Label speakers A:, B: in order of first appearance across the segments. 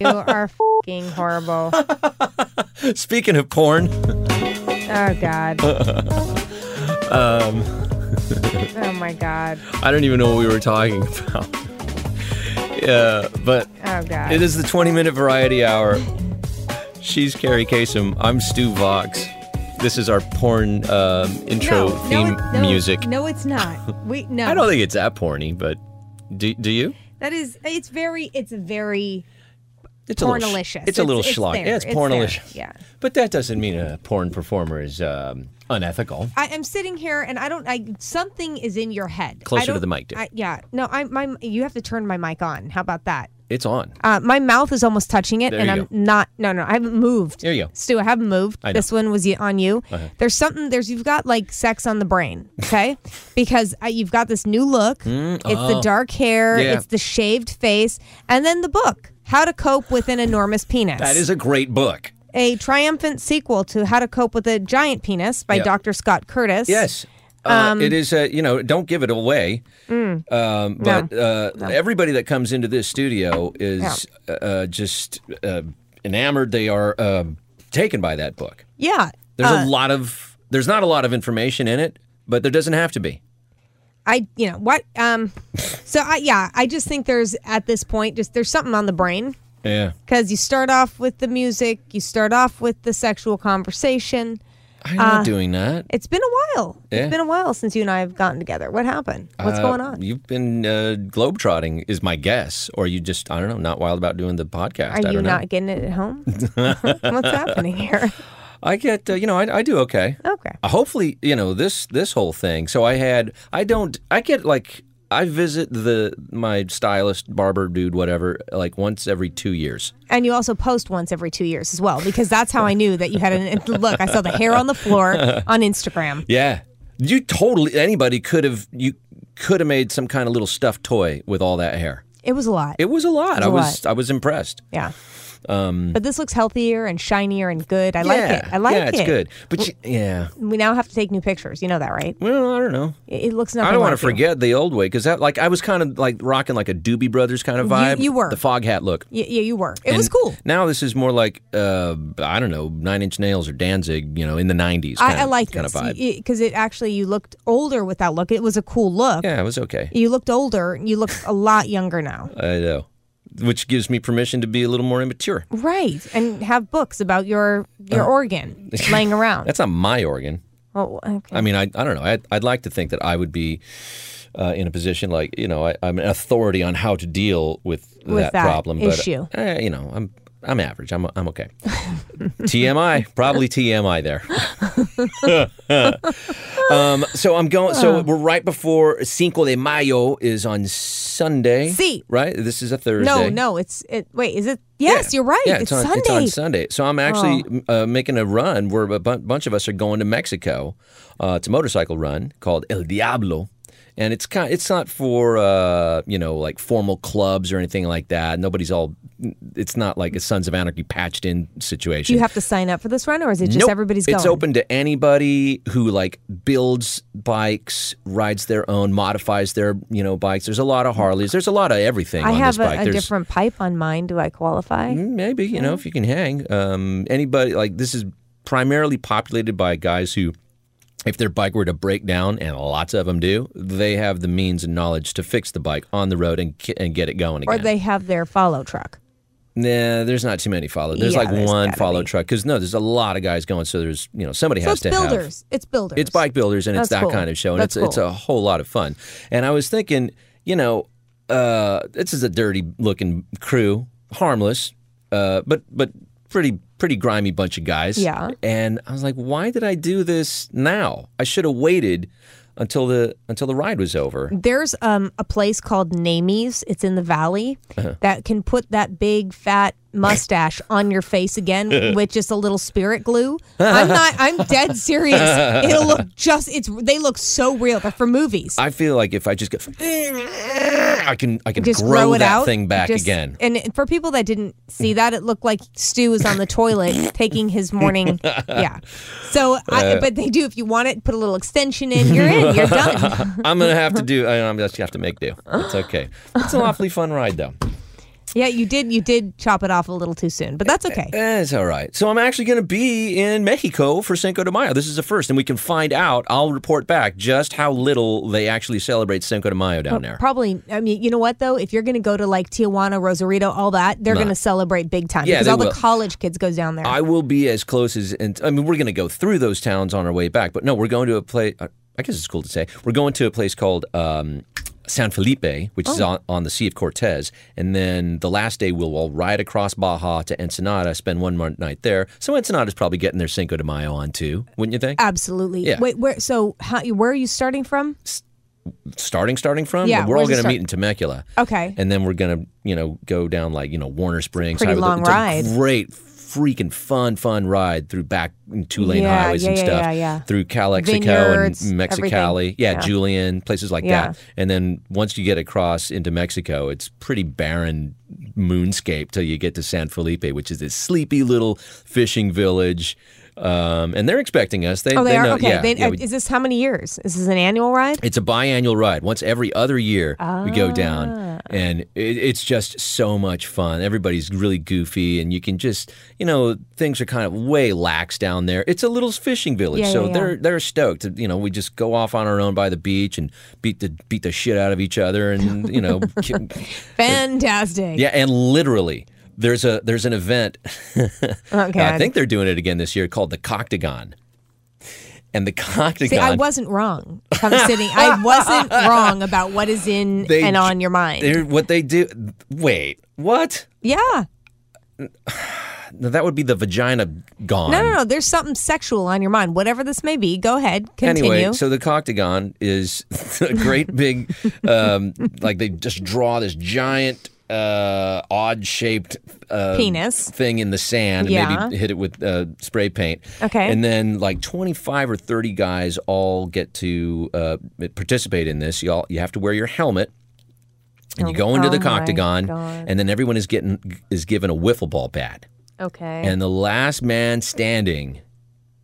A: You are fucking horrible.
B: Speaking of porn,
A: Oh God.
B: Um,
A: oh my God.
B: I don't even know what we were talking about. yeah, but
A: Oh God.
B: it is the 20 minute variety hour. She's Carrie Kasem. I'm Stu Vox. This is our porn um, intro
A: no,
B: theme
A: no, it- no,
B: music.
A: No, it's not. Wait, no.
B: I don't think it's that porny, but do, do you?
A: that is. It's very. It's very
B: It's a little, sh-
A: pornalicious.
B: it's, a little schlock.
A: there.
B: Yeah, it's,
A: It's there.
B: pornalicious.
A: Yeah.
B: But that doesn't mean a porn performer is um, unethical.
A: I am sitting here and I don't. I something is in your head. I
B: Closer to
A: don't-
B: the mic, dear.
A: I, yeah. No. I my. You have to turn my mic on. How about that?
B: It's on.
A: Uh, my mouth is almost touching it,
B: There
A: and
B: you
A: I'm
B: go.
A: not. No, no, I haven't moved.
B: There you go.
A: Stu, I haven't moved.
B: know. Uh-huh.
A: This one was y- on you. There's something. There's you've got like sex on the brain, okay? because uh, you've got this new look. it's the dark hair.
B: Mm, oh. Yeah.
A: It's the shaved face, and then the book, How to Cope with an Enormous Penis.
B: That is a great book.
A: a triumphant sequel to How to Cope with a Giant Penis by
B: Yeah.
A: Dr. Scott Curtis.
B: Yes. Uh,
A: Um,
B: it is, uh, you know, don't give it away.
A: Mm.
B: Um, but uh, everybody that comes into this studio is uh, just uh, enamored. They are uh, taken by that book.
A: Yeah. Uh,
B: There's a lot of, there's not a lot of information in it, but there doesn't have to be.
A: I you know what um so I yeah I just think there's at this point just there's something on the brain
B: Yeah.
A: because you start off with the music, you start off with the sexual conversation.
B: I'm
A: Uh,
B: not doing that.
A: It's been a while.
B: Yeah.
A: It's been a while since you and I have gotten together. What happened? What's
B: Uh,
A: going on?
B: You've been uh, globetrotting, is my guess, or you just I don't know, not wild about doing the podcast. I
A: Are
B: don't
A: you
B: know.
A: not getting it at home? What's happening here?
B: I get, uh, you know, I, I do okay.
A: Okay.
B: Uh, Hopefully, you know this this whole thing. So I had, I don't, I get like I visit the my stylist, barber, dude, whatever, like once every two years.
A: And you also post once every two years as well, because that's how I knew that you had an look. I saw the hair on the floor on Instagram.
B: Yeah, you totally anybody could have you could have made some kind of little stuffed toy with all that hair.
A: It was a lot.
B: It was a lot. I
A: a
B: was I was impressed.
A: yeah. but this looks healthier and shinier and good. I like
B: Um, yeah,
A: it. I like
B: yeah,
A: it.
B: it's good. But you, yeah,
A: We now have to take new pictures. You know that, right?
B: well, I don't know.
A: It, it looks nothing
B: I don't
A: like
B: want to
A: you.
B: forget the old way because that like I was kind of like rocking like a Doobie Brothers kind of vibe.
A: you were.
B: the fog hat look.
A: Y- yeah, you were. It was
B: And
A: cool.
B: Now this is more like uh, I don't know, Nine Inch Nails or Danzig, you know, in the '90s.
A: I,
B: kind
A: I
B: of-
A: like
B: kind
A: this
B: of vibe.
A: because it actually you looked older with that look. It was a cool look.
B: yeah, it was okay.
A: You looked older. and You look a lot younger now,
B: I know, which gives me permission to be a little more immature.
A: right? And have books about your your organ laying around.
B: Uh-huh. That's not my organ.
A: oh, okay.
B: I mean, I, I don't know. I'd, I'd like to think that I would be uh, in a position like you know I, I'm an authority on how to deal with,
A: With that
B: problem.
A: issue.
B: But eh, you know, I'm I'm average. I'm I'm okay. TMI, probably TMI there. um, so I'm going. So we're right before Cinco de Mayo is on Sunday.
A: Si.
B: right? This is a Thursday.
A: no, no. It's it. Wait, is it? Yes, you're right.
B: Yeah,
A: it's,
B: it's, on,
A: Sunday. Oh.
B: it's on Sunday. So I'm actually uh, making a run where a bun- bunch of us are going to Mexico. Uh, it's a motorcycle run called El Diablo. And it's kind it's not for uh, you know like formal clubs or anything like that. Nobody's all it's not like a Sons of Anarchy patched in
A: Do
B: situation.
A: you have to sign up for this run, or is it just
B: Nope.
A: everybody's going?
B: It's open to anybody who like builds bikes, rides their own, modifies their you know bikes. There's a lot of Harleys. There's a lot of everything
A: I
B: on
A: have
B: this
A: a, a
B: bike. There's- Mm-hmm.
A: different pipe on mine. Do I qualify?
B: Maybe you know if you can hang. Um, anybody like this is primarily populated by guys who, if their bike were to break down, and lots of them do, they have the means and knowledge to fix the bike on the road and ki- and get it going
A: Or
B: again.
A: they have their follow truck.
B: nah, there's not too many follow. There's
A: Yeah,
B: like
A: there's
B: one
A: gotta
B: follow
A: be.
B: truck because no, there's a lot of guys going. So there's you know somebody
A: So
B: has
A: it's
B: to have
A: builders. It's builders.
B: it's bike builders and it's
A: That's
B: that
A: cool.
B: kind of show and
A: That's
B: it's it's
A: cool.
B: a whole lot of fun and i was thinking you know uh, this is a dirty looking crew harmless uh, but but pretty pretty grimy bunch of guys
A: Yeah.
B: and i was like why did i do this now i should have waited until the until the ride was over
A: There's um, a place called Namies. It's in the valley
B: Uh-huh.
A: that can put that big fat mustache on your face again with just a little spirit glue. I'm not. I'm dead serious. It'll look just. It's. They look so real. They're for movies.
B: i feel like if i just go i can i can
A: just
B: grow
A: grow it
B: that
A: out.
B: thing back
A: Just-
B: again Mm.
A: And it- for people that didn't see that, it looked like Stu was on the toilet taking his morning. Yeah. So,
B: Uh.
A: I, but they do. If you want it, put a little extension in. You're in. You're done.
B: i'm gonna have to do i'm just gonna have to make do it's okay it's an awfully fun ride though
A: Yeah, you did. You did chop it off a little too soon, but that's okay.
B: Eh, It's all right. So I'm actually going to be in Mexico for Cinco de Mayo. This is the first, and we can find out. I'll report back just how little they actually celebrate Cinco de Mayo down there.
A: Probably. I mean, you know what though? If you're going to go to like Tijuana, Rosarito, all that, they're going to celebrate big time
B: Yeah,
A: because
B: they
A: all
B: will.
A: the college kids goes down there.
B: I will be as close as, and I mean, we're going to go through those towns on our way back. But no, we're going to a place. I guess it's cool to say we're going to a place called um, San Felipe, which is on, on the Sea of Cortez, and then the last day we'll all ride across Baja to Ensenada, spend one more night there. So Ensenada's probably getting their Cinco de Mayo on too, wouldn't you think?
A: Absolutely.
B: Yeah.
A: Wait, where? So, how, where are you starting from?
B: starting starting from
A: Yeah,
B: we're all
A: where's it
B: going to
A: start?
B: meet in temecula
A: Okay.
B: and then we're going to you know go down like you know warner springs
A: pretty
B: Highway-
A: long
B: it's a
A: ride.
B: great freaking fun fun ride through back two lane
A: Yeah,
B: highways and
A: yeah, yeah,
B: stuff
A: yeah, yeah.
B: through calexico
A: Vineyards,
B: and mexicali
A: everything.
B: yeah, julian places like
A: Yeah.
B: that and then once you get across into mexico it's pretty barren moonscape till you get to san felipe which is this sleepy little fishing village um, and they're expecting us they,
A: Oh, they, are
B: know
A: okay.
B: yeah,
A: they,
B: yeah, we-
A: is this how many years? Is this an annual ride?
B: it's a biannual ride. Once every other year, we go
A: Ah.
B: down, and it, it's just so much fun. Everybody's really goofy, and you can just, you know, things are kind of way lax down there. It's a little fishing village,
A: Yeah,
B: so
A: yeah, yeah.
B: they're they're stoked. You know, we just go off on our own by the beach and beat the beat the shit out of each other, and you know,
A: Fantastic.
B: yeah, and literally. There's a there's an event.
A: Okay.
B: I think they're doing it again this year called the Coctagon. And the Coctagon.
A: See, I wasn't wrong. Come sitting. I wasn't wrong about what is in
B: They-
A: and on your mind.
B: They're, what they do? Wait, what?
A: Yeah.
B: No, that would be the vagina gone.
A: No, no, no. There's something sexual on your mind. Whatever this may be, go ahead. Continue.
B: Anyway, so the coctagon is a great big, um, like they just draw this giant, uh, odd-shaped uh,
A: Penis.
B: thing in the sand, and
A: Yeah.
B: maybe hit it with uh, spray paint.
A: Okay.
B: and then like 25 or 30 guys all get to uh, participate in this. You all you have to wear your helmet. And you
A: Oh,
B: go into the
A: oh my
B: coctagon,
A: God.
B: and then everyone is getting is given a wiffle ball bat.
A: okay.
B: And the last man standing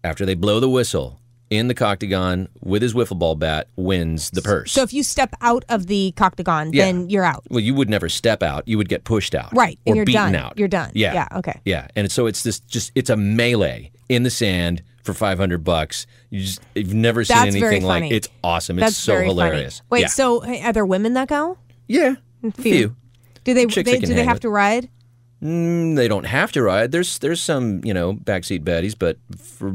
B: after they blow the whistle in the coctagon with his wiffle ball bat wins the purse.
A: so if you step out of the coctagon,
B: Yeah.
A: then you're out.
B: well, you would never step out. You would get pushed out.
A: Right.
B: Or
A: and you're
B: beaten
A: done.
B: out.
A: You're done.
B: Yeah.
A: Yeah. Okay.
B: Yeah. And so it's this just, it's a melee in the sand for 500 bucks. You just, you've never seen
A: That's
B: anything
A: very
B: like
A: funny.
B: It's awesome.
A: That's
B: it's so
A: very
B: hilarious.
A: funny. Wait, Mm,
B: yeah.
A: so hey, are there women that go?
B: Yeah. Few.
A: Do they?
B: Chicks
A: they
B: that can
A: do they
B: hang
A: have
B: it.
A: to ride?
B: Mm, they don't have to ride. There's there's some you know backseat baddies, but for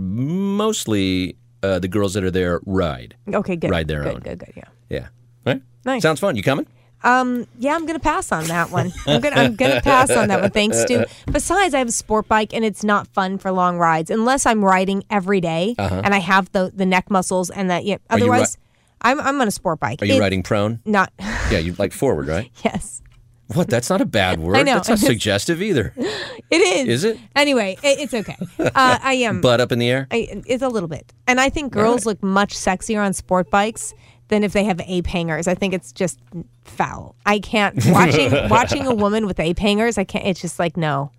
B: mostly uh, the girls that are there ride.
A: Okay. Good.
B: Ride their
A: good,
B: own.
A: Good. Good. Yeah.
B: Yeah. Right?
A: Nice.
B: Sounds fun. You coming?
A: Yeah, I'm gonna pass on that one. I'm gonna I'm gonna pass on that one. Thanks to besides, I have a sport bike and it's not fun for long rides unless I'm riding every day and I have the the neck muscles and that. Yeah.
B: Uh-huh. you ri-
A: Otherwise, I'm I'm on a sport bike.
B: Are you
A: It-
B: riding prone?
A: Not.
B: Yeah, you like forward, right?
A: yes,
B: What? That's not a bad
A: know.
B: word. That's not suggestive either.
A: it is.
B: Is it?
A: Anyway, it, it's okay. Uh, I am.
B: Butt up in the air.
A: I, it's a little bit, and I think girls look much sexier on sport bikes than if they have ape hangers. I think it's just foul. I can't watching watching a woman with ape hangers. I can't. It's just like no.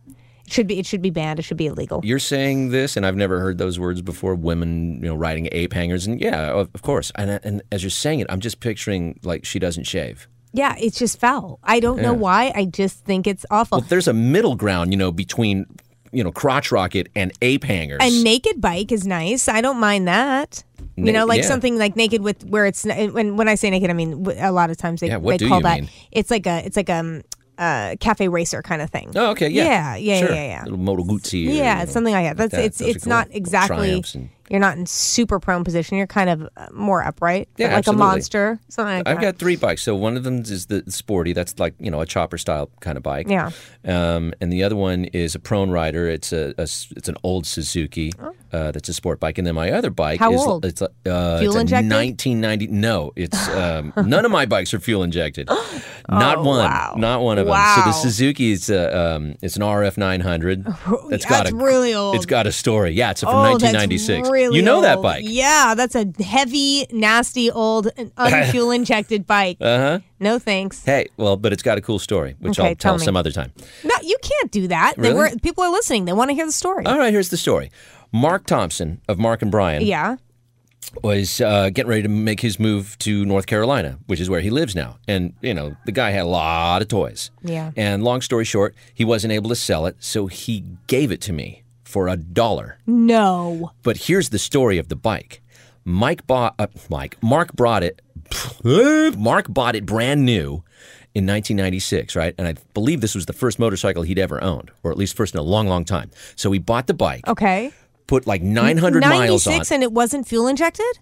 A: It should be it should be banned. It should be illegal.
B: You're saying this, and I've never heard those words before. Women, you know, riding ape hangers, and yeah, of, of course. And and as you're saying it, I'm just picturing like she doesn't shave.
A: Yeah, it's just foul. I don't know why. I just think it's awful.
B: There's a middle ground, you know, between you know crotch rocket and ape hangers.
A: a naked bike is nice. I don't mind that. You
B: Na-
A: know, like
B: yeah.
A: something like naked with where it's when when I say naked, I mean w- a lot of times they,
B: Yeah, what
A: they
B: do
A: call
B: you
A: that
B: mean?
A: it's like a it's like um uh cafe racer kind of thing.
B: oh, okay,
A: yeah,
B: yeah,
A: yeah,
B: sure.
A: yeah, yeah.
B: Little Moto Guzzi. or,
A: Yeah,
B: you know,
A: something like that. That's
B: that.
A: it's
B: Those are
A: it's
B: cool.
A: not
B: Little
A: exactly.
B: triumphs and-
A: You're not in super prone position. You're kind of uh, more upright,
B: Yeah,
A: but like
B: absolutely.
A: a monster, something like
B: I've
A: that.
B: got three bikes. So one of them is the sporty. That's like you know a chopper style kind of bike.
A: Yeah.
B: Um, and the other one is a prone rider. It's a, a s- it's an old Suzuki. Uh, that's a sport bike. And then my other bike
A: Oh. How
B: is
A: old?
B: it's a- uh,
A: Fuel
B: it's a
A: injected?
B: 1990. No, it's um, none of my bikes are fuel injected. Not one.
A: Oh, wow.
B: Not one of them. So the
A: Wow.
B: Suzuki is a, um, it's an RF 900. That's got
A: That's
B: a,
A: Oh, really old.
B: It's got a story. Yeah, it's from
A: Oh, that's
B: 1996.
A: really
B: you know that
A: old.
B: bike.
A: Yeah, that's a heavy, nasty, old, unfuel injected bike. Uh
B: Uh-huh.
A: huh. No thanks.
B: Hey, well, but it's got a cool story, which
A: Okay,
B: I'll tell
A: tell me.
B: some other time.
A: No, you can't do that. They
B: Really? Oh.
A: were- people are listening. They want to hear the story.
B: All right, here's the story. Mark Thompson of Mark and Brian
A: yeah.
B: was uh, getting ready to make his move to North Carolina, which is where he lives now. And, you know, the guy had a lot of toys.
A: Yeah.
B: And long story short, he wasn't able to sell it, so he gave it to me for a dollar.
A: No.
B: But here's the story of the bike. Mike bought uh, Mike Mark brought it. Mark bought it brand new in 1996, right? And I believe this was the first motorcycle he'd ever owned, or at least first in a long, long time. So he bought the bike,
A: Okay.
B: put like 900 miles on.
A: 96 and it wasn't fuel injected?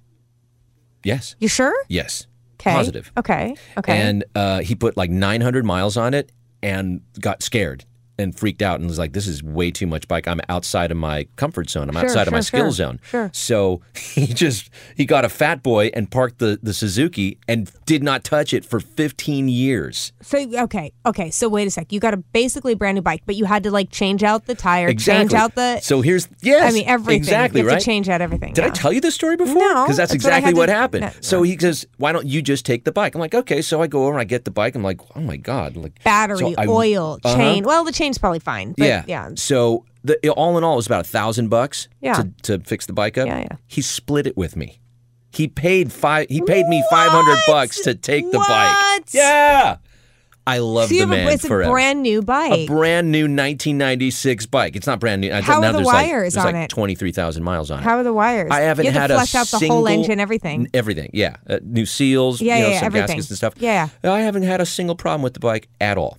B: Yes,
A: You sure?
B: yes,
A: Okay.
B: positive.
A: Okay. Okay.
B: And uh, he put like 900 miles on it and got scared and freaked out and was like, this is way too much bike. I'm outside of my comfort zone. I'm outside of my
A: sure, sure,
B: skill zone.
A: sure.
B: So he just, he got a fat boy and parked the, the Suzuki and did not touch it for 15 years.
A: so okay, okay. So wait a sec. You got a basically brand new bike, but you had to like change out the tire, change
B: Exactly.
A: out the
B: so here's, yes.
A: I mean everything.
B: Exactly,
A: you have
B: right?
A: to change out everything.
B: Did I
A: yeah.
B: tell you this story before?
A: No,
B: Because that's,
A: that's what I
B: exactly
A: had
B: what,
A: to-
B: happened.
A: no,
B: So he says, "Why don't you just take the bike?" I'm like, "Okay." So I go over, and I get the bike. I'm like, "Oh my god!" Like
A: Battery,
B: so I-
A: oil,
B: Uh-huh.
A: chain. Well, the chain's probably fine. But yeah.
B: So the all in all, it was about a thousand bucks
A: Yeah.
B: to, to fix the bike up.
A: Yeah, yeah.
B: He split it with me. He paid five. He paid me five hundred
A: What?
B: bucks to take the bike.
A: What?
B: Yeah. I love
A: So you
B: the
A: have
B: man
A: a, it's
B: forever.
A: a brand new bike.
B: A brand new 1996 bike. It's not brand new. I
A: How
B: don't-
A: are
B: now
A: the
B: there's like-
A: wires
B: there's
A: on
B: like
A: it?
B: 23,000 miles on it.
A: How are the wires?
B: I haven't
A: you have
B: had
A: to flush
B: a
A: out the
B: single,
A: whole engine, everything.
B: n- everything. Yeah, uh, new seals,
A: Yeah,
B: you know,
A: yeah, yeah,
B: some
A: everything.
B: gaskets and stuff. Uh,
A: Yeah,
B: I haven't had a single problem with the bike at all.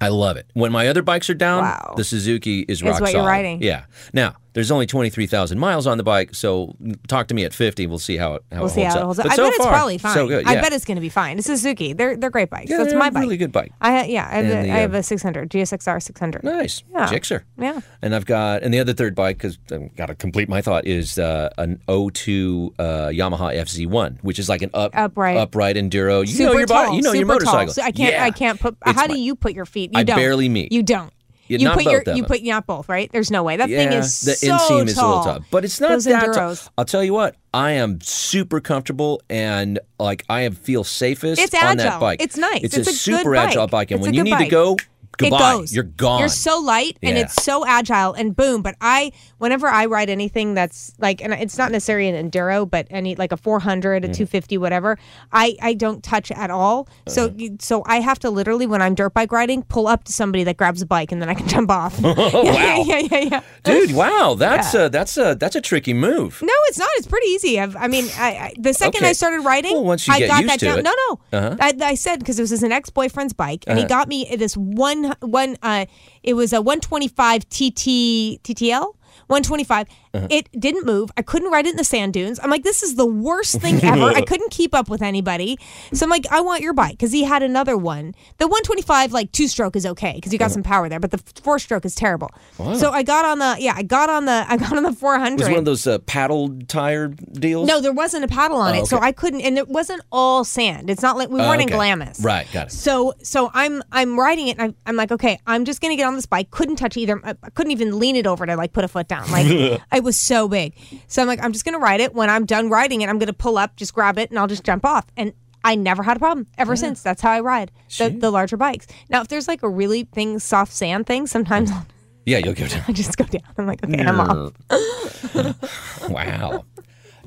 B: I love it. When my other bikes are down,
A: Wow.
B: the Suzuki is rock
A: what
B: solid.
A: you're riding.
B: Yeah. Now there's only twenty three thousand miles on the bike, so talk to me at fifty. We'll see how it how
A: We'll
B: it
A: see
B: holds
A: how it
B: up.
A: holds up.
B: But
A: I
B: so
A: bet it's
B: far,
A: probably fine.
B: So good.
A: I
B: yeah.
A: bet it's going to be fine. It's a Suzuki. They're they're great bikes.
B: yeah,
A: That's
B: they're
A: my
B: a
A: bike.
B: Really good bike.
A: I ha- yeah, I have,
B: And
A: a,
B: the,
A: I have
B: uh,
A: a 600 GSXR 600.
B: Nice.
A: Yeah.
B: Gixxer.
A: Yeah.
B: And I've got, and the other third bike, because I've got to complete my thought, is uh, an 02 uh, Yamaha FZ1, which is like an up,
A: Upright.
B: upright enduro. You
A: Super
B: know your
A: tall.
B: body, you know your
A: super tall.
B: motorcycle.
A: So I can't.
B: Yeah.
A: I can't put.
B: It's
A: how do
B: my-
A: you put your feet? You
B: I
A: don't.
B: barely meet.
A: You don't.
B: Yeah,
A: you
B: not
A: put your.
B: both of
A: You
B: them.
A: put not both. Right. There's no way. That thing
B: Yeah,
A: is
B: the
A: so
B: inseam is a little
A: tall.
B: tough, but it's not
A: Those
B: that. tall.
A: enduros.
B: I'll tell you what, I am super comfortable and like I am feel safest
A: It's
B: on
A: agile.
B: that bike.
A: It's nice. It's
B: It's, a,
A: a good
B: super
A: bike.
B: agile bike, and
A: It's
B: when
A: a
B: you
A: good
B: need to
A: bike.
B: go,
A: It
B: goodbye.
A: goes.
B: You're gone.
A: You're so light and
B: Yeah.
A: it's so agile and boom. But I, whenever I ride anything that's like, and it's not necessarily an enduro, but any like a 400, a
B: Mm.
A: 250, whatever, I I don't touch at all.
B: Uh-huh.
A: So you- so I have to literally when I'm dirt bike riding, pull up to somebody that grabs a bike and then I can jump off.
B: oh wow,
A: yeah, yeah, yeah.
B: dude, wow, that's a that's a that's a tricky move.
A: No, it's not. It's pretty easy. I've, I mean, I, I, the second
B: Okay.
A: I started riding,
B: Well, once you
A: I
B: get
A: got
B: used
A: that
B: to
A: down.
B: it. Uh-huh.
A: No, no. I, I said because this was an ex boyfriend's bike, and he got me this one one. Uh, it was a 125 TT TTL. 125.
B: Uh-huh.
A: It didn't move. I couldn't ride it in the sand dunes. I'm like, this is the worst thing ever. I couldn't keep up with anybody. So I'm like, I want your bike because he had another one. The 125, like two stroke, is okay because you
B: Uh-huh.
A: got some power there, but the four stroke is terrible. So I got on the yeah, I got on the I got on the 400.
B: It was one of those uh, paddle tire deals.
A: No, there wasn't a paddle on it, so I couldn't. And it wasn't all sand. It's not like we weren't
B: oh, okay.
A: in Glamis,
B: Right, got it.
A: So, so I'm I'm riding it, and I, I'm like, okay, I'm just gonna get on this bike. Couldn't touch either. I I couldn't even lean it over to like put a foot down. Like it was so big. So I'm like, I'm just gonna ride it. When I'm done riding it, I'm gonna pull up, just grab it, and I'll just jump off. And I never had a problem ever since. That's how I ride the, the larger bikes. Now, if there's like a really thing soft sand thing, sometimes I'll-
B: Yeah, you'll go down.
A: I just go down. I'm like, okay, I'm off.
B: Wow.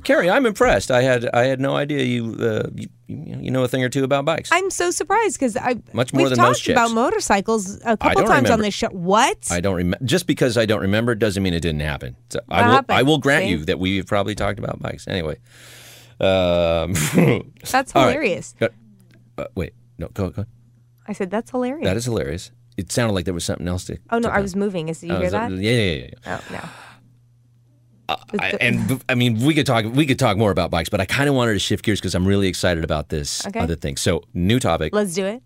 B: Carrie, I'm impressed. I had I had no idea you uh, you, you know a thing or two about bikes.
A: I'm so surprised because I
B: Much more
A: we've
B: than
A: talked
B: most chicks.
A: about motorcycles a couple
B: don't
A: times on
B: remember.
A: this show. What?
B: I don't remember. Just because I don't remember doesn't mean it didn't happen. So I will.
A: happened?
B: I will grant
A: See?
B: you that we've probably talked about bikes anyway. Um,
A: that's
B: all right.
A: hilarious.
B: Go- uh, wait, no, go go.
A: I said that's hilarious.
B: That is hilarious. It sounded like there was something else to.
A: oh no, I was moving. Is did you
B: Oh,
A: hear
B: is that-
A: that?
B: Yeah, yeah, yeah. yeah.
A: Oh no.
B: I, and b- I mean, we could talk. We could talk more about bikes, but I kind of wanted to shift gears because I'm really excited about this
A: Okay.
B: other thing. So, new topic.
A: Let's do it.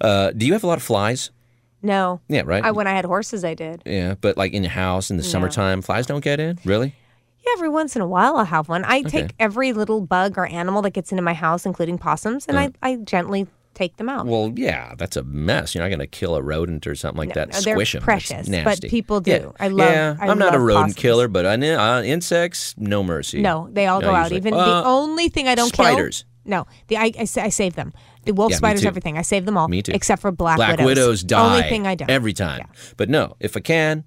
B: Uh, do you have a lot of flies?
A: No.
B: Yeah, right.
A: I when I had horses, I did.
B: yeah, but like in your house in the summertime, flies don't get in. Really?
A: Yeah, every once in a while I'll have one. I take every little bug or animal that gets into my house, including possums, and I, I gently take them out.
B: Mm. Well, yeah, that's a mess. You're not going to kill a rodent or something like that.
A: no, they're
B: Squish them.
A: precious, but
B: nasty.
A: people do.
B: Yeah.
A: I love-
B: Yeah,
A: I
B: am not a
A: love
B: rodent
A: possums.
B: killer, but I, kn- uh, insects, no mercy.
A: no, they all
B: No,
A: go out.
B: usually.
A: Even
B: Uh,
A: the only thing I don't
B: spiders.
A: kill. No, the I, I, sa- I save them. The wolf
B: Yeah, me
A: spiders,
B: too.
A: everything. I save them all.
B: Me too.
A: Except for black,
B: Black
A: widows.
B: widows die.
A: Only thing I don't.
B: every time. But no, if I can,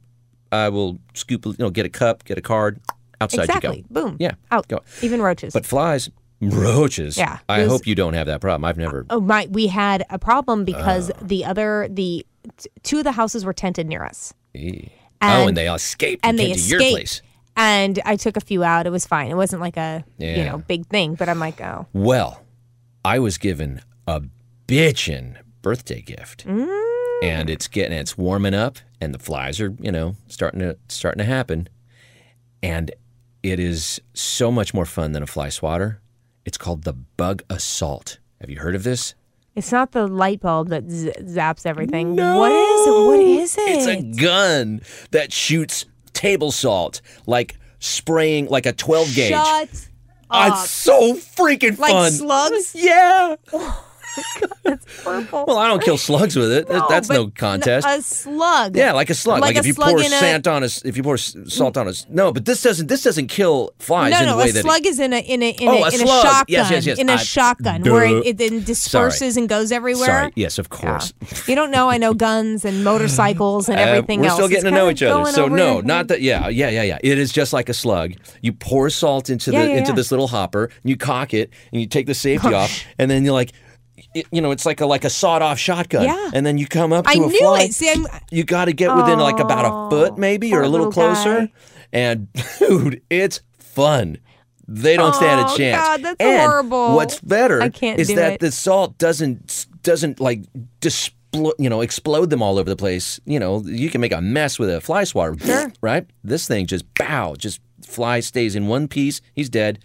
B: I will scoop. You know, get a cup, get a card, Outside
A: exactly.
B: you go.
A: Boom.
B: Yeah.
A: Out.
B: Go.
A: Even roaches.
B: But flies, roaches.
A: Yeah,
B: I
A: those-
B: hope you don't have that problem. I've never.
A: oh my, we had a problem because
B: Oh.
A: the other the t- two of the houses were tented near us.
B: Eee.
A: And-
B: oh, and they all escaped
A: and
B: came
A: they
B: to
A: escaped.
B: your place.
A: And I took a few out. It was fine. It wasn't like a you
B: Yeah.
A: know big thing, but I'm like, oh,
B: Well, I was given a bitchin' birthday gift,
A: Mm.
B: and it's getting it's warming up, and the flies are you know starting to starting to happen, and it is so much more fun than a fly swatter. It's called the bug assault. Have you heard of this?
A: it's not the light bulb that z- zaps everything. What is it? What is it?
B: It's a gun that shoots table salt, like spraying like a 12 gauge.
A: Shut
B: Ah,
A: up.
B: It's so freaking
A: like
B: fun.
A: slugs.
B: yeah.
A: Purple.
B: Well, I don't kill slugs with it. That- That's
A: but
B: no contest.
A: A slug.
B: yeah, like a slug.
A: like
B: Like,
A: a
B: if you
A: slug
B: pour
A: in a-
B: sand on us, if you pour s- salt on us. No, but this doesn't. This doesn't kill flies
A: No,
B: in the
A: no,
B: way
A: a
B: that.
A: slug is in a in a in,
B: Oh,
A: a,
B: a
A: in a
B: slug.
A: shotgun.
B: Yes, yes, yes.
A: In a
B: I-
A: shotgun
B: Duh.
A: where it, it then disperses and goes everywhere.
B: Sorry. Yes, of course.
A: You don't know. I know guns and motorcycles and
B: Uh,
A: everything
B: we're
A: else.
B: still
A: It's
B: getting to
A: kind
B: know
A: of
B: each other.
A: going
B: So
A: over
B: no,
A: everything.
B: not that. Yeah, yeah, yeah, yeah. It is just like a slug. You pour salt into
A: Yeah,
B: the
A: yeah,
B: into
A: yeah. Oh,
B: this little hopper, and you cock it, and you take the safety off, and then you're like, it, you know, it's like a like a sawed off shotgun.
A: Yeah.
B: And then you come up to
A: I
B: a
A: knew
B: fly.
A: it. See, I'm,
B: You got to get within like about a foot, maybe, or
A: poor
B: a little
A: little guy.
B: closer. And dude, it's fun. They don't stand
A: Oh,
B: a chance.
A: God, that's
B: and
A: horrible.
B: What's better
A: I can't
B: is
A: do
B: that
A: it.
B: the salt doesn't doesn't like displo- you know explode them all over the place. You know, you can make a mess with a fly swatter, right? This thing just bow, just fly stays in one piece. He's dead.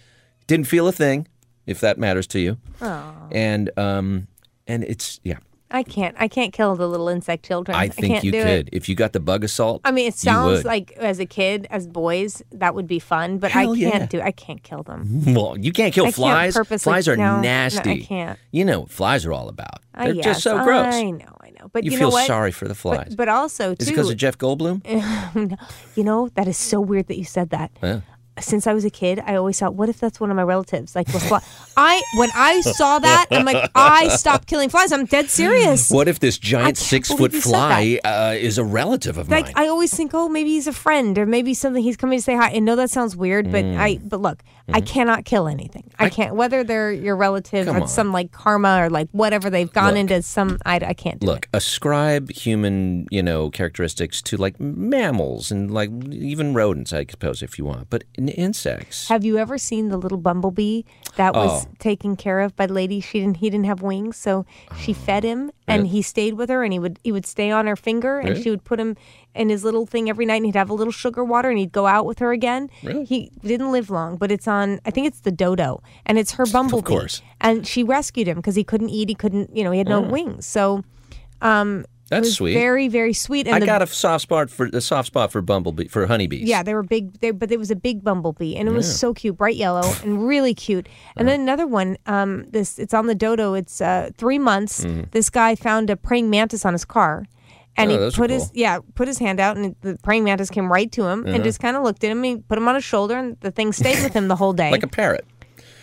B: Didn't feel a thing, if that matters to you. And um, and it's yeah.
A: I can't. I can't kill the little insect children.
B: I think
A: can't
B: you
A: do It.
B: could if you got the bug assault.
A: I mean, it
B: you
A: sounds
B: would.
A: like as a kid, as boys, that would be fun, but
B: Hell
A: I
B: yeah. Mm-hmm.
A: can't do. I can't kill them.
B: Well, you can't kill
A: I can't
B: flies.
A: purposely-
B: flies are
A: no, no, I
B: nasty.
A: can't.
B: You know what flies are all about.
A: I
B: They're
A: yes,
B: just so gross.
A: I know. I know. But
B: you,
A: you,
B: feel
A: know what?
B: sorry for the flies.
A: But also
B: Is it
A: too,
B: because of Jeff Goldblum?
A: you know that is so weird that you said that.
B: Yeah.
A: Since I was a kid, I always thought, what if that's one of my relatives? Like, with fly- I when I saw that, I'm like, I stopped killing flies. I'm dead serious.
B: What if this giant
A: can't
B: six
A: believe
B: foot
A: you said
B: fly uh, is a relative of
A: like
B: mine?
A: I always think, oh, maybe he's a friend or maybe something he's coming to say hi. And no, that sounds weird, but I
B: Mm.
A: but look, I cannot kill anything. I, can't whether they're your relative
B: Mm-hmm. Come
A: or
B: on.
A: some like karma or like whatever they've gone
B: Look.
A: into some. I, I can't do
B: Look, ascribe human, you know, characteristics to like mammals and like even rodents, I suppose, if you want. But in insects,
A: it. Have you ever seen the little bumblebee that was
B: Oh.
A: taken care of by the lady? She didn't. He didn't have wings, so she
B: Oh.
A: fed him, and he stayed with her, and he would he would stay on her finger, and
B: Really?
A: she would put him in his little thing every night, and he'd have a little sugar water, and he'd go out with her again.
B: Really?
A: He didn't live long, but it's on. I think it's the dodo, and it's her bumblebee.
B: course.
A: And she rescued him because he couldn't eat. He couldn't. You know, he had no wings. So it
B: that's
A: was
B: sweet.
A: very very sweet. And
B: I
A: the
B: got a soft spot for a soft spot for bumblebee for honeybees.
A: Yeah, they were big, they, but it was a big bumblebee, and it was so cute, bright yellow and really cute. And then another one, um, this it's on the dodo. It's uh, three months. This guy found a praying mantis on his car, and
B: Mm-hmm. Oh,
A: he
B: those are
A: put his
B: cool.
A: yeah put his hand out, and the praying mantis came right to him and just kind of looked at him. He put him on his shoulder, and the thing stayed with him the whole day.
B: like a parrot.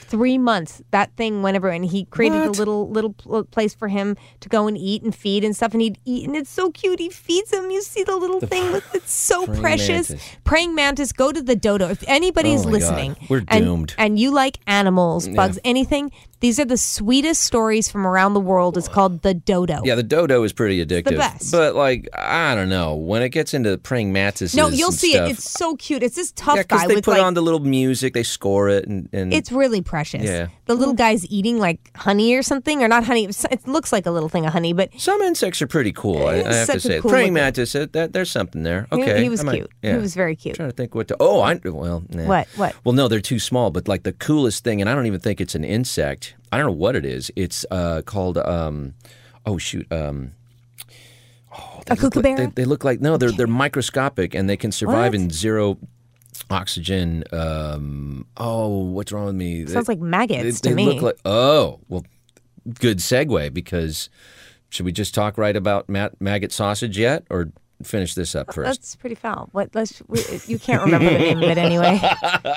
A: three months, that thing went everywhere, and he created a
B: What?
A: little little pl- uh, place for him to go and eat and feed and stuff. And he'd eat, and it's so cute. He feeds him. You see the little thing with it's so
B: praying
A: precious.
B: mantis.
A: Praying mantis. Go to the dodo. If anybody's
B: Oh my God.
A: listening,
B: We're
A: and-
B: doomed.
A: And, you like animals, bugs, anything. These are the sweetest stories from around the world. It's called the dodo.
B: Yeah, the dodo is pretty addictive.
A: best.
B: But like, I don't know when it gets into praying mantises.
A: No, you'll
B: and
A: see
B: stuff,
A: it. It's so cute. It's this tough
B: yeah, because
A: guy
B: they
A: with
B: put
A: like
B: on the little music, they score it, and, and
A: It's really precious.
B: Yeah.
A: The little guy's eating like honey or something, or not honey. it's- It looks like a little thing of honey, but
B: some insects are pretty cool. I, I
A: It's
B: have to
A: such a
B: say,
A: cool
B: praying
A: looking-
B: mantis. It, that, there's something there.
A: he-
B: Okay,
A: he was
B: I might-
A: cute.
B: Yeah.
A: He was very cute.
B: trying to think what to. Oh, I well. nah.
A: What? What?
B: Well, no, they're too small. But like the coolest thing, and I don't even think it's an insect. I don't know what it is. It's uh, called. Um, oh shoot. Um,
A: A kookaburra?
B: They, they look like no, they're they're microscopic and they can survive in zero oxygen. Um, oh, what's wrong with me?
A: Sounds like maggots
B: they
A: to me.
B: look like oh well, good segue because should we just talk right about mat- maggot sausage yet or finish this up first?
A: That's pretty foul. What? Let's. We, you can't remember the name of it anyway.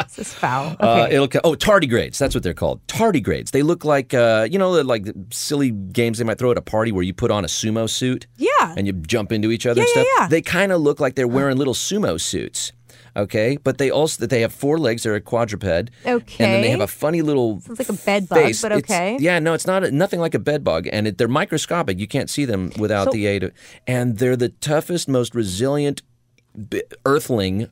A: this is foul.
B: Uh,
A: Okay.
B: it'll co- oh tardigrades. That's what they're called. Tardigrades. They look like uh, you know the, like the silly games they might throw at a party where you put on a sumo suit.
A: Yeah.
B: And you jump into each other and
A: yeah,
B: stuff.
A: yeah.
B: They kind of look like they're wearing little sumo suits. Okay, but they also they have four legs. They're a quadruped.
A: Okay.
B: and then they have a funny little
A: Sounds like a bed bug,
B: face.
A: but
B: It's-
A: okay.
B: yeah, no, it's not nothing like a bed bug, and it, they're microscopic. You can't see them without
A: So-
B: the aid of, and they're the toughest, most resilient b- earthling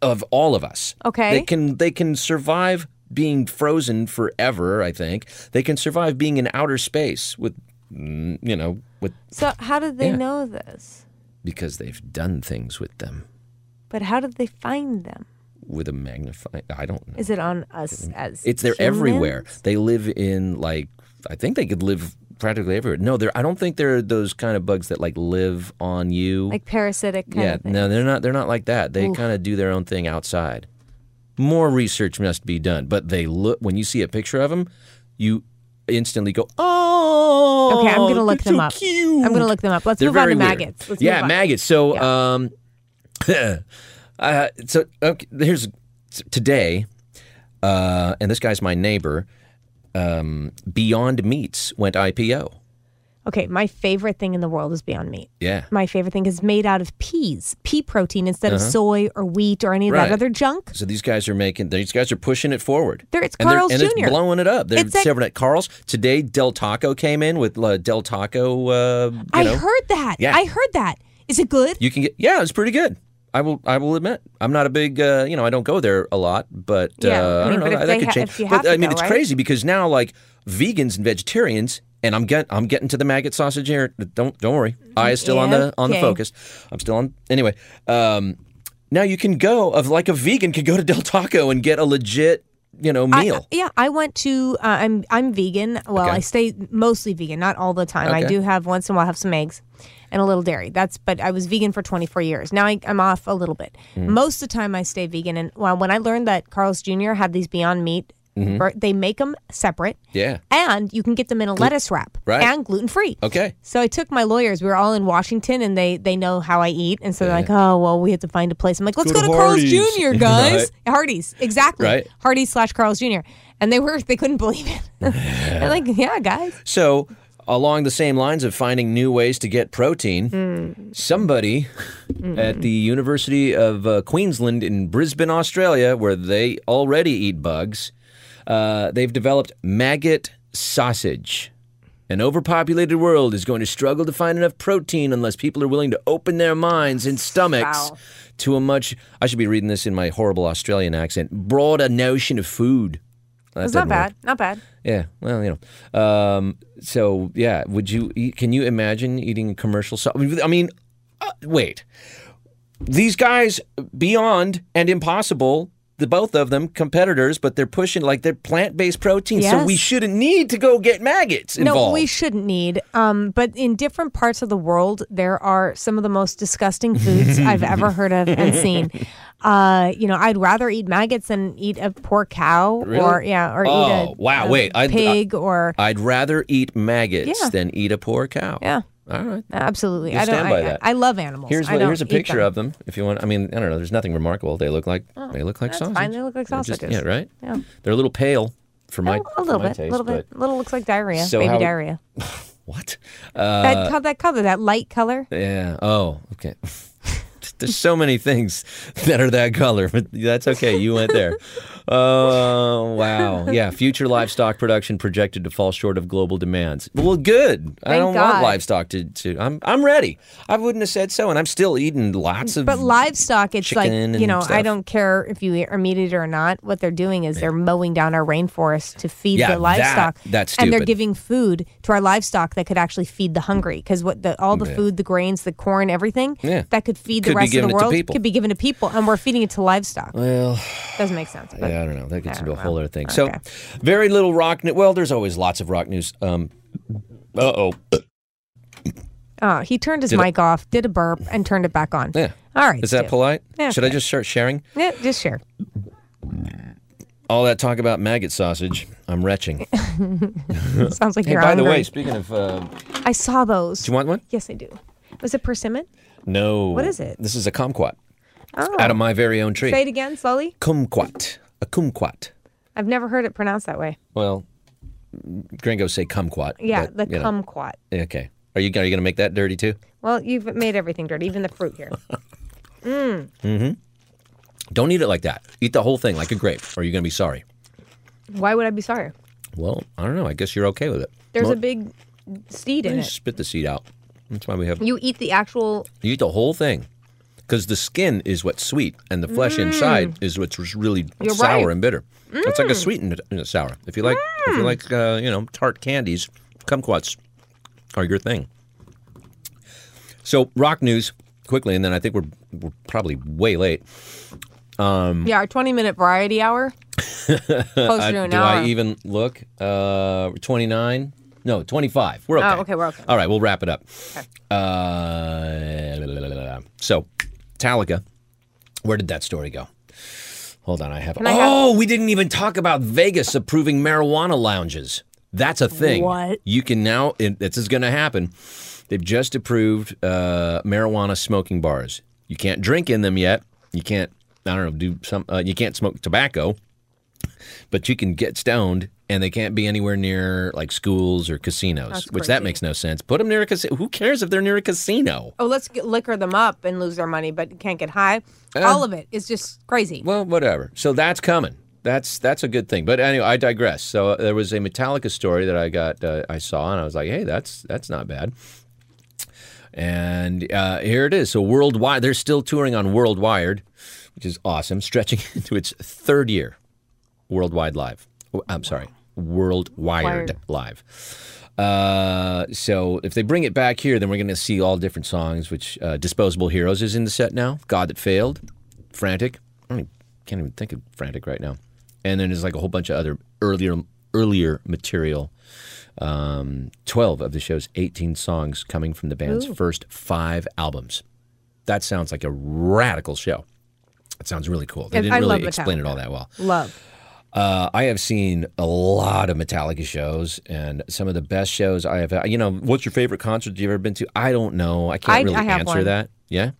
B: of all of us.
A: Okay.
B: They can they can survive being frozen forever, I think. They can survive being in outer space with mm, you know, with
A: So how did they
B: Yeah.
A: know this?
B: because they've done things with them
A: But how did they find them?
B: with a magnifying I don't know.
A: Is it on us as
B: It's they're everywhere.
A: humans?
B: They live in like I think they could live practically everywhere. No, they're I don't think they're those kind of bugs that like live on you.
A: Like parasitic kind
B: yeah,
A: of thing.
B: no, they're not they're not like that. They kind of do their own thing outside. More research must be done, but they look when you see a picture of them, you instantly go, "Oh."
A: Okay, I'm gonna look
B: they're
A: them
B: so
A: up.
B: Cute.
A: I'm gonna look them up. Let's
B: They're
A: move on
B: very
A: to
B: weird.
A: maggots. Let's
B: yeah,
A: move on.
B: maggots. So, um, uh, so okay, here's today, uh, and this guy's my neighbor. Um, Beyond Meats went IPO.
A: Okay, my favorite thing in the world is Beyond Meat.
B: Yeah,
A: My favorite thing is made out of peas, pea protein instead of soy or wheat or any of
B: Uh-huh. Right.
A: that other junk.
B: so these guys are making. These guys are pushing it forward.
A: They're- it's
B: and
A: Carl's
B: and
A: Jr..
B: It's blowing it up. They're
A: It's like-
B: serving at Carl's today. Del Taco came in with uh, Del Taco. Uh, you
A: I
B: know,
A: heard that.
B: Yeah.
A: I heard that. Is it good?
B: you can get. Yeah, it's pretty good. I will. I will admit, I'm not a big. Uh, you know, I don't go there a lot, but
A: Yeah,
B: uh,
A: I
B: I
A: mean, but
B: don't know.
A: if
B: that-
A: they
B: that could
A: ha-
B: change.
A: if you
B: but
A: have to
B: I mean,
A: go,
B: it's
A: right?
B: crazy because now, like vegans and vegetarians, and I'm getting. I'm getting to the maggot sausage here. Don't don't worry. I is still on the on the
A: Okay.
B: focus. I'm still on. Anyway, um, now you can go of like a vegan could go to Del Taco and get a legit you know
A: I-
B: meal.
A: yeah, I went to. Uh, I'm I'm vegan. Well,
B: Okay.
A: I stay mostly vegan, not all the time. I
B: Okay.
A: do have once in a while have some eggs and a little dairy. That's but I was vegan for 24 years. Now I, I'm off a little bit.
B: Hmm.
A: Most of the time I stay vegan. And well, when I learned that Carl's Jr. had these Beyond Meat, bur- they make them separate.
B: Mm-hmm. yeah.
A: And you can get them in a lettuce wrap
B: Right.
A: and gluten free.
B: Okay.
A: So I took my lawyers. We were all in Washington, and they they know how I eat, and so they're like, "Oh, well, we have to find a place." I'm like, "Let's go,
B: Go to
A: to, Carl's
B: Hardee's."
A: Jr. guys, Hardee's, exactly,
B: Right.
A: Hardee's slash Carl's Jr." And they were they couldn't believe it. they're like, "Yeah, guys,
B: So, along the same lines of finding new ways to get protein,
A: Hmm.
B: somebody at the University of uh, Queensland in Brisbane, Australia, where they already eat bugs, uh, they've developed maggot sausage. An overpopulated world is going to struggle to find enough protein unless people are willing to open their minds and stomachs
A: Wow.
B: to a much, I should be reading this in my horrible Australian accent, broader notion of food. That
A: it's not
B: doesn't work.
A: bad, not bad."
B: Yeah, well, you know. Um, so yeah, would you? Eat, can you imagine eating a commercial saw? I mean, I mean uh, wait. These guys, Beyond and Impossible, the both of them competitors, but they're pushing like they're plant-based protein, so
A: Yes.
B: we shouldn't need to go get maggots
A: No,
B: involved.
A: we shouldn't need. Um, but in different parts of the world, there are some of the most disgusting foods I've ever heard of and seen. Uh, you know, I'd rather eat maggots than eat a poor cow, or
B: Really?
A: yeah, or eat
B: Oh,
A: a
B: wow,
A: a
B: wait, I'd-
A: pig or
B: I'd rather eat maggots
A: Yeah.
B: than eat a poor cow.
A: yeah.
B: All right.
A: Absolutely,
B: You
A: I don't.
B: stand
A: I,
B: by
A: I-
B: that.
A: I love animals.
B: Here's
A: I
B: what,
A: don't
B: here's a
A: eat
B: picture
A: them. Oh,
B: of them. If you want, I mean, I don't know. There's nothing remarkable. They look like they look like
A: That's
B: sausages.
A: fine. They look like
B: They're just-
A: sausages.
B: yeah, right.
A: Yeah.
B: They're a little pale for my
A: Oh, a
B: for
A: little
B: my
A: bit, a
B: taste,
A: little bit,
B: but-
A: a little looks like diarrhea,
B: So
A: baby
B: how-
A: diarrhea.
B: What? Uh,
A: that co- that color, that light color.
B: yeah. Oh, okay. There's so many things that are that color, but that's okay. You went there. Oh, wow. Yeah. Future livestock production projected to fall short of global demands. Well, good. I
A: Thank
B: don't
A: God.
B: want livestock to, to. I'm I'm ready. I wouldn't have said so, and I'm still eating lots of.
A: But livestock, it's like
B: chicken
A: you know,
B: and
A: I
B: stuff.
A: don't care if you are meat eater or not. What they're doing is they're mowing down our rainforest to feed
B: Yeah,
A: the livestock,
B: that- that's
A: and they're
B: stupid.
A: giving food to our livestock that could actually feed the hungry. Because what the all the food, the grains, the corn, everything
B: Yeah.
A: that could feed the
B: Could be
A: rest of
B: given
A: the
B: it to
A: world
B: people.
A: could be given to people, and we're feeding it to livestock.
B: well,
A: Doesn't make sense. But
B: yeah, I don't know. That gets into a
A: don't
B: whole
A: know.
B: other thing.
A: Okay.
B: So, very little rock. news. well, there's always lots of rock news. Um, uh oh.
A: Oh, he turned his
B: Did I-
A: mic off, did a burp, and turned it back on.
B: Yeah.
A: All right.
B: Is that
A: Stu.
B: polite?
A: Yeah,
B: Should I
A: okay.
B: just start sharing?
A: Yeah, just share.
B: All that talk about maggot sausage, I'm retching.
A: Sounds like
B: Hey,
A: you're
B: by the
A: hungry.
B: way, speaking of, uh, do
A: I saw those.
B: you want one?
A: yes, I do. Was it persimmon?
B: No.
A: What is it?
B: This is a kumquat
A: Oh.
B: out of my very own tree.
A: Say it again slowly.
B: Kumquat. A kumquat.
A: I've never heard it pronounced that way.
B: Well, gringos say kumquat.
A: Yeah,
B: but,
A: the
B: you know.
A: kumquat.
B: Okay. Are you, are you going to make that dirty too?
A: Well, you've made everything dirty, even the fruit here.
B: Don't eat it like that. Eat the whole thing like a grape, or you're going to be sorry.
A: Why would I be sorry?
B: Well, I don't know. I guess you're okay with it.
A: There's
B: Well,
A: a big seed in
B: you
A: it.
B: spit the seed out. That's why we have you
A: You eat the actual.
B: eat the whole thing, because the skin is what's sweet, and the flesh inside is what's really
A: Mm. You're
B: sour
A: right. Mm.
B: and bitter. It's like a sweet and and a sour. If you like, if you like, uh, you know, tart candies, kumquats are your thing. So rock news quickly, and then I think we're we're probably way late.
A: Yeah, our 20 minute variety hour. Closer
B: Mm. I-
A: to an
B: do
A: hour.
B: I even look? Uh, 29? No, 25. We're okay.
A: Oh, okay, we're okay.
B: All right, we'll wrap it up. Uh, so, Metallica, where did that story go? Hold on, I have.
A: I have-
B: oh, we didn't even talk about Vegas approving marijuana lounges. That's a thing.
A: What?
B: You can now, it, this is going to happen. They've just approved uh, marijuana smoking bars. You can't drink in them yet. You can't, I don't know, do some, uh, you can't smoke tobacco but you can get stoned and they can't be anywhere near like schools or casinos, which that
A: crazy.
B: makes no sense. Put them near a casino. Who cares if they're near a casino?
A: oh, let's get, liquor them up and lose their money, but can't get high. All of it is just crazy.
B: Well, whatever. So that's coming. That's that's a good thing. But anyway, I digress. So uh, there was a Metallica story that I got uh, I saw and I was like, "Hey, that's that's not bad." And uh, here it is. So worldwide, they're still touring on World Wired, which is awesome, stretching into its third year. Worldwide Live. Oh, I'm sorry, World Wired
A: Wired.
B: Live. Uh, so if they bring it back here, then we're going to see all different songs. Which uh, Disposable Heroes is in the set now. God that failed, Frantic. I don't even, can't even think of Frantic right now. And then there's like a whole bunch of other earlier earlier material. Um, Twelve of the show's 18 songs coming from the band's first five albums. That sounds like a radical show. That sounds really cool. They
A: Yeah,
B: didn't
A: I love
B: really explain it all that well.
A: Love.
B: Uh, I have seen a lot of Metallica shows, and some of the best shows I have. You know, what's your favorite concert you've ever been to? I don't know. I can't
A: I-
B: really
A: I have
B: answer
A: one.
B: that. Yeah,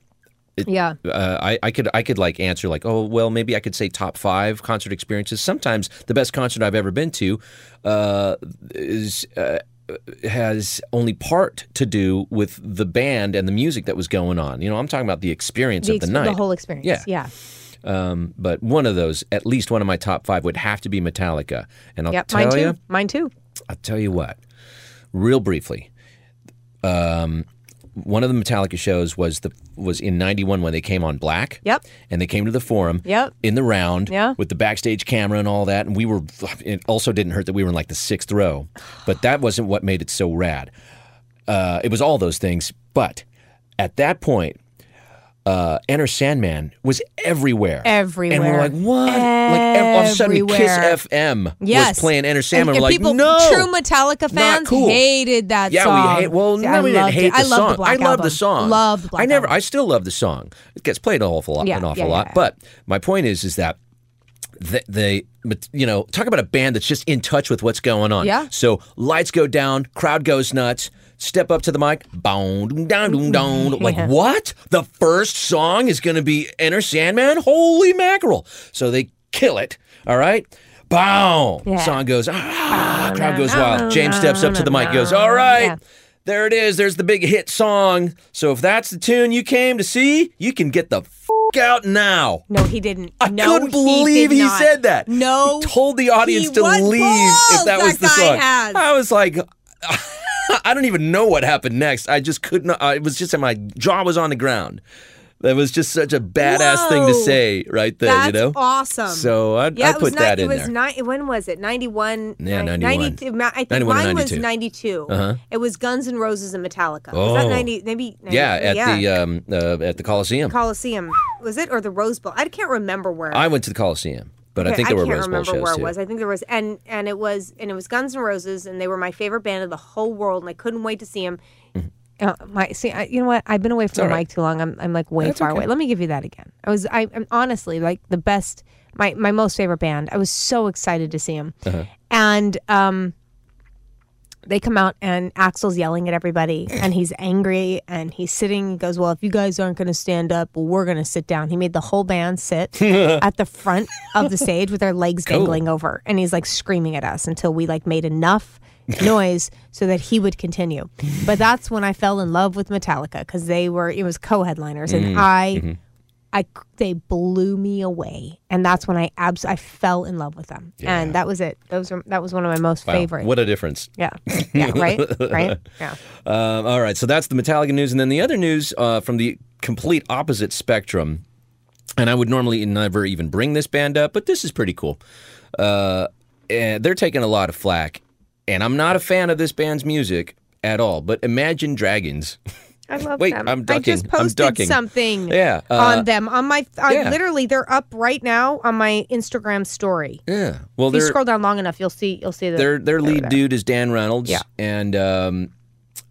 A: yeah.
B: uh, I, I could I could like answer like, oh well, maybe I could say top five concert experiences. Sometimes the best concert I've ever been to uh, is. Uh, has only part to do with the band and the music that was going on. You know, I'm talking about the experience
A: The,
B: of the
A: ex-
B: night.
A: the whole experience.
B: Yeah.
A: Yeah.
B: but one of those, at least one of my top five, would have to be Metallica. And I'll
A: Yep.
B: tell
A: Mine too.
B: you,
A: Mine too.
B: I'll tell you what, real briefly. Um, one of the Metallica shows was the was in '91 when they came on Black.
A: Yep.
B: And they came to the Forum.
A: Yep.
B: In the round.
A: Yeah.
B: With the backstage camera and all that, and we were. It also didn't hurt that we were in like the sixth row, but that wasn't what made it so rad. Uh, it was all those things, but at that point. Uh, Enter Sandman was everywhere. And
A: Everywhere.
B: we're like, what? Like, ev- all of a sudden, Kiss
A: Everywhere.
B: FM
A: Yes.
B: was playing Enter Sandman.
A: And,
B: we're
A: and
B: like,
A: people,
B: no.
A: true Metallica fans
B: cool.
A: hated that
B: Yeah,
A: song.
B: we hate. Well,
A: See,
B: no,
A: I
B: we didn't
A: loved
B: hate
A: it.
B: the
A: I
B: song.
A: Loved the Black
B: I love the
A: album.
B: song.
A: Loved the Black
B: I never.
A: Album.
B: I still love the song. It gets played an awful lot.
A: Yeah,
B: an awful
A: yeah,
B: lot.
A: yeah.
B: But my point is, is that. th- They, but, you know, talk about a band that's just in touch with what's going on.
A: Yeah.
B: So lights go down, crowd goes nuts. Step up to the mic, boom, doom, down, doom, down. Like
A: Yeah.
B: what? The first song is going to be Enter Sandman. Holy mackerel! So they kill it. All right, boom.
A: Yeah.
B: Song goes, ah, crowd goes
A: no,
B: wild.
A: no,
B: James steps up to the mic, goes,
A: no.
B: all right.
A: Yeah.
B: There it is. There's the big hit song. So if that's the tune you came to see, you can get the f- out now.
A: No, he didn't.
B: I
A: no,
B: couldn't believe
A: he, did
B: he,
A: not.
B: said that.
A: No,
B: he told the audience
A: he
B: to
A: was
B: leave if
A: balls,
B: that was
A: that
B: the
A: guy
B: song.
A: has.
B: I was like, I don't even know what happened next. I just couldn't. I, it was just my jaw was on the ground. That was just such a badass thing to
A: Whoa.
B: say right there.
A: That's
B: you know.
A: awesome.
B: So I,
A: yeah,
B: I
A: it
B: put
A: was ni-
B: that in
A: It was
B: there.
A: ni- when was it? 91?
B: Yeah,
A: ni-
B: 91.
A: 92 ma- I think
B: 91 and
A: mine was
B: 92.
A: 92. It was Guns N' Roses and Metallica. Was
B: Uh-huh. Oh.
A: that 90? Maybe. 90,
B: yeah, at the um, uh, at the Coliseum.
A: Coliseum. Was it? Or the Rose Bowl? I can't remember where.
B: I went to the Coliseum, but I
A: Okay,
B: think there were
A: can't
B: Rose Bowl
A: remember
B: shows
A: where
B: too.
A: it was. I think there was, and and it was, and it was Guns N' Roses, and they were my favorite band of the whole world, and I couldn't wait to see them.
B: Mm-hmm.
A: Uh, my, see, I, you know what? I've been away from the mic too long. I'm, I'm like way far away. Let me give you that again. I was, I, I'm honestly like the best, my, my most favorite band. I was so excited to see them,
B: Uh-huh.
A: and um, they come out and Axel's yelling at everybody, and he's angry, and he's sitting. He goes, "Well, if you guys aren't going to stand up, well, we're going to sit down." He made the whole band sit at the front of the stage with their legs dangling over, and he's like screaming at us until we like made enough noise so that he would continue. But that's when I fell in love with Metallica because they were it was co-headliners, and I I c- they blew me away, and that's when I abs I fell in love with them, and that was it. Those were that was one of my most favorite.
B: What a difference.
A: Yeah, yeah, right, right, yeah.
B: Um, all right, so that's the Metallica news, and then the other news uh, from the complete opposite spectrum. And I would normally never even bring this band up, but this is pretty cool. Uh, and they're taking a lot of flack, and I'm not a fan of this band's music at all. But Imagine Dragons,
A: I love
B: Wait,
A: them.
B: I'm
A: I
B: ducking.
A: just
B: I'm
A: posted
B: ducking.
A: something
B: Yeah, uh,
A: on them on my. I,
B: yeah.
A: Literally, they're up right now on my Instagram story.
B: yeah. Well,
A: If you
B: they're
A: scroll down long enough, you'll see. You'll see the.
B: their their lead dude is Dan Reynolds.
A: Yeah.
B: And um,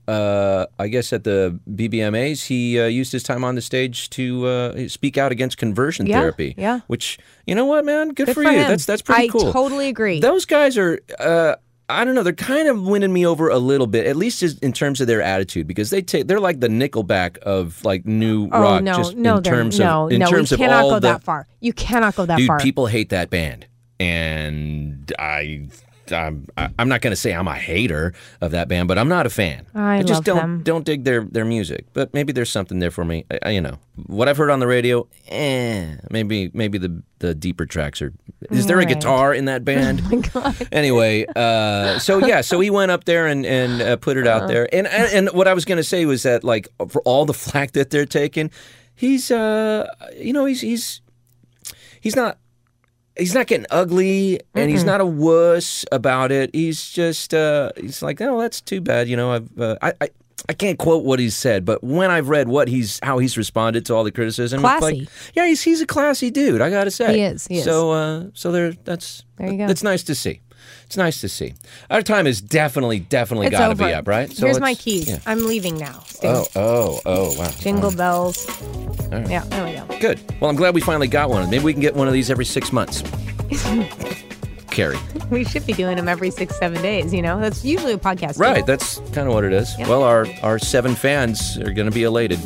B: uh, I guess at the BBMAs, he uh, used his time on the stage to uh, speak out against conversion
A: Yeah,
B: therapy.
A: yeah.
B: Which you know what, man,
A: Good
B: good, for,
A: for
B: you.
A: him.
B: That's that's pretty
A: I
B: cool.
A: totally agree.
B: Those guys are. Uh, I don't know. They're kind of winning me over a little bit, at least just in terms of their attitude, because they take they're like the Nickelback of like new
A: Oh
B: rock.
A: no,
B: just
A: no,
B: in
A: they're-
B: terms
A: no,
B: of in
A: no,
B: terms
A: we
B: of
A: cannot
B: all
A: go
B: the
A: that far. You cannot go that
B: Dude,
A: far.
B: people hate that band, and I, I'm, I- I'm not going to say I'm a hater of that band, but I'm not a fan.
A: I
B: just
A: love
B: don't
A: them.
B: don't dig their their music. But maybe there's something there for me. I, I- you know, what I've heard on the radio, eh, maybe maybe the the deeper tracks are. Is there a
A: Right. Oh
B: guitar in that band?
A: God.
B: anyway, uh, so yeah, so he went up there and and uh, put it
A: Uh-huh.
B: out there. And and and what I was going to say was that like for all the flack that they're taking, he's uh you know he's he's he's not he's not getting ugly and he's not a wuss about it. He's just uh he's like oh that's too bad you know I've uh, I. I I can't quote what he's said, but when I've read what he's how he's responded to all the criticism, it's like,
A: Classy.
B: yeah, he's he's a classy dude. I gotta say,
A: He is, he is.
B: So uh, so there, that's
A: There you go.
B: That's nice to see. It's nice to see. Our time is definitely, definitely
A: it's
B: got to
A: over.
B: be up, right?
A: Here's
B: let's-
A: my keys.
B: yeah.
A: I'm leaving now. Stu.
B: Oh, oh, oh, wow.
A: Jingle bells. Yeah, there we go.
B: Good. Well, I'm glad we finally got one. Maybe we can get one of these every six months. Carrie.
A: We should be doing them every six, seven days. You know, that's usually a podcast.
B: Right. That's kind of what it is. Well, our, our seven fans are going to be elated.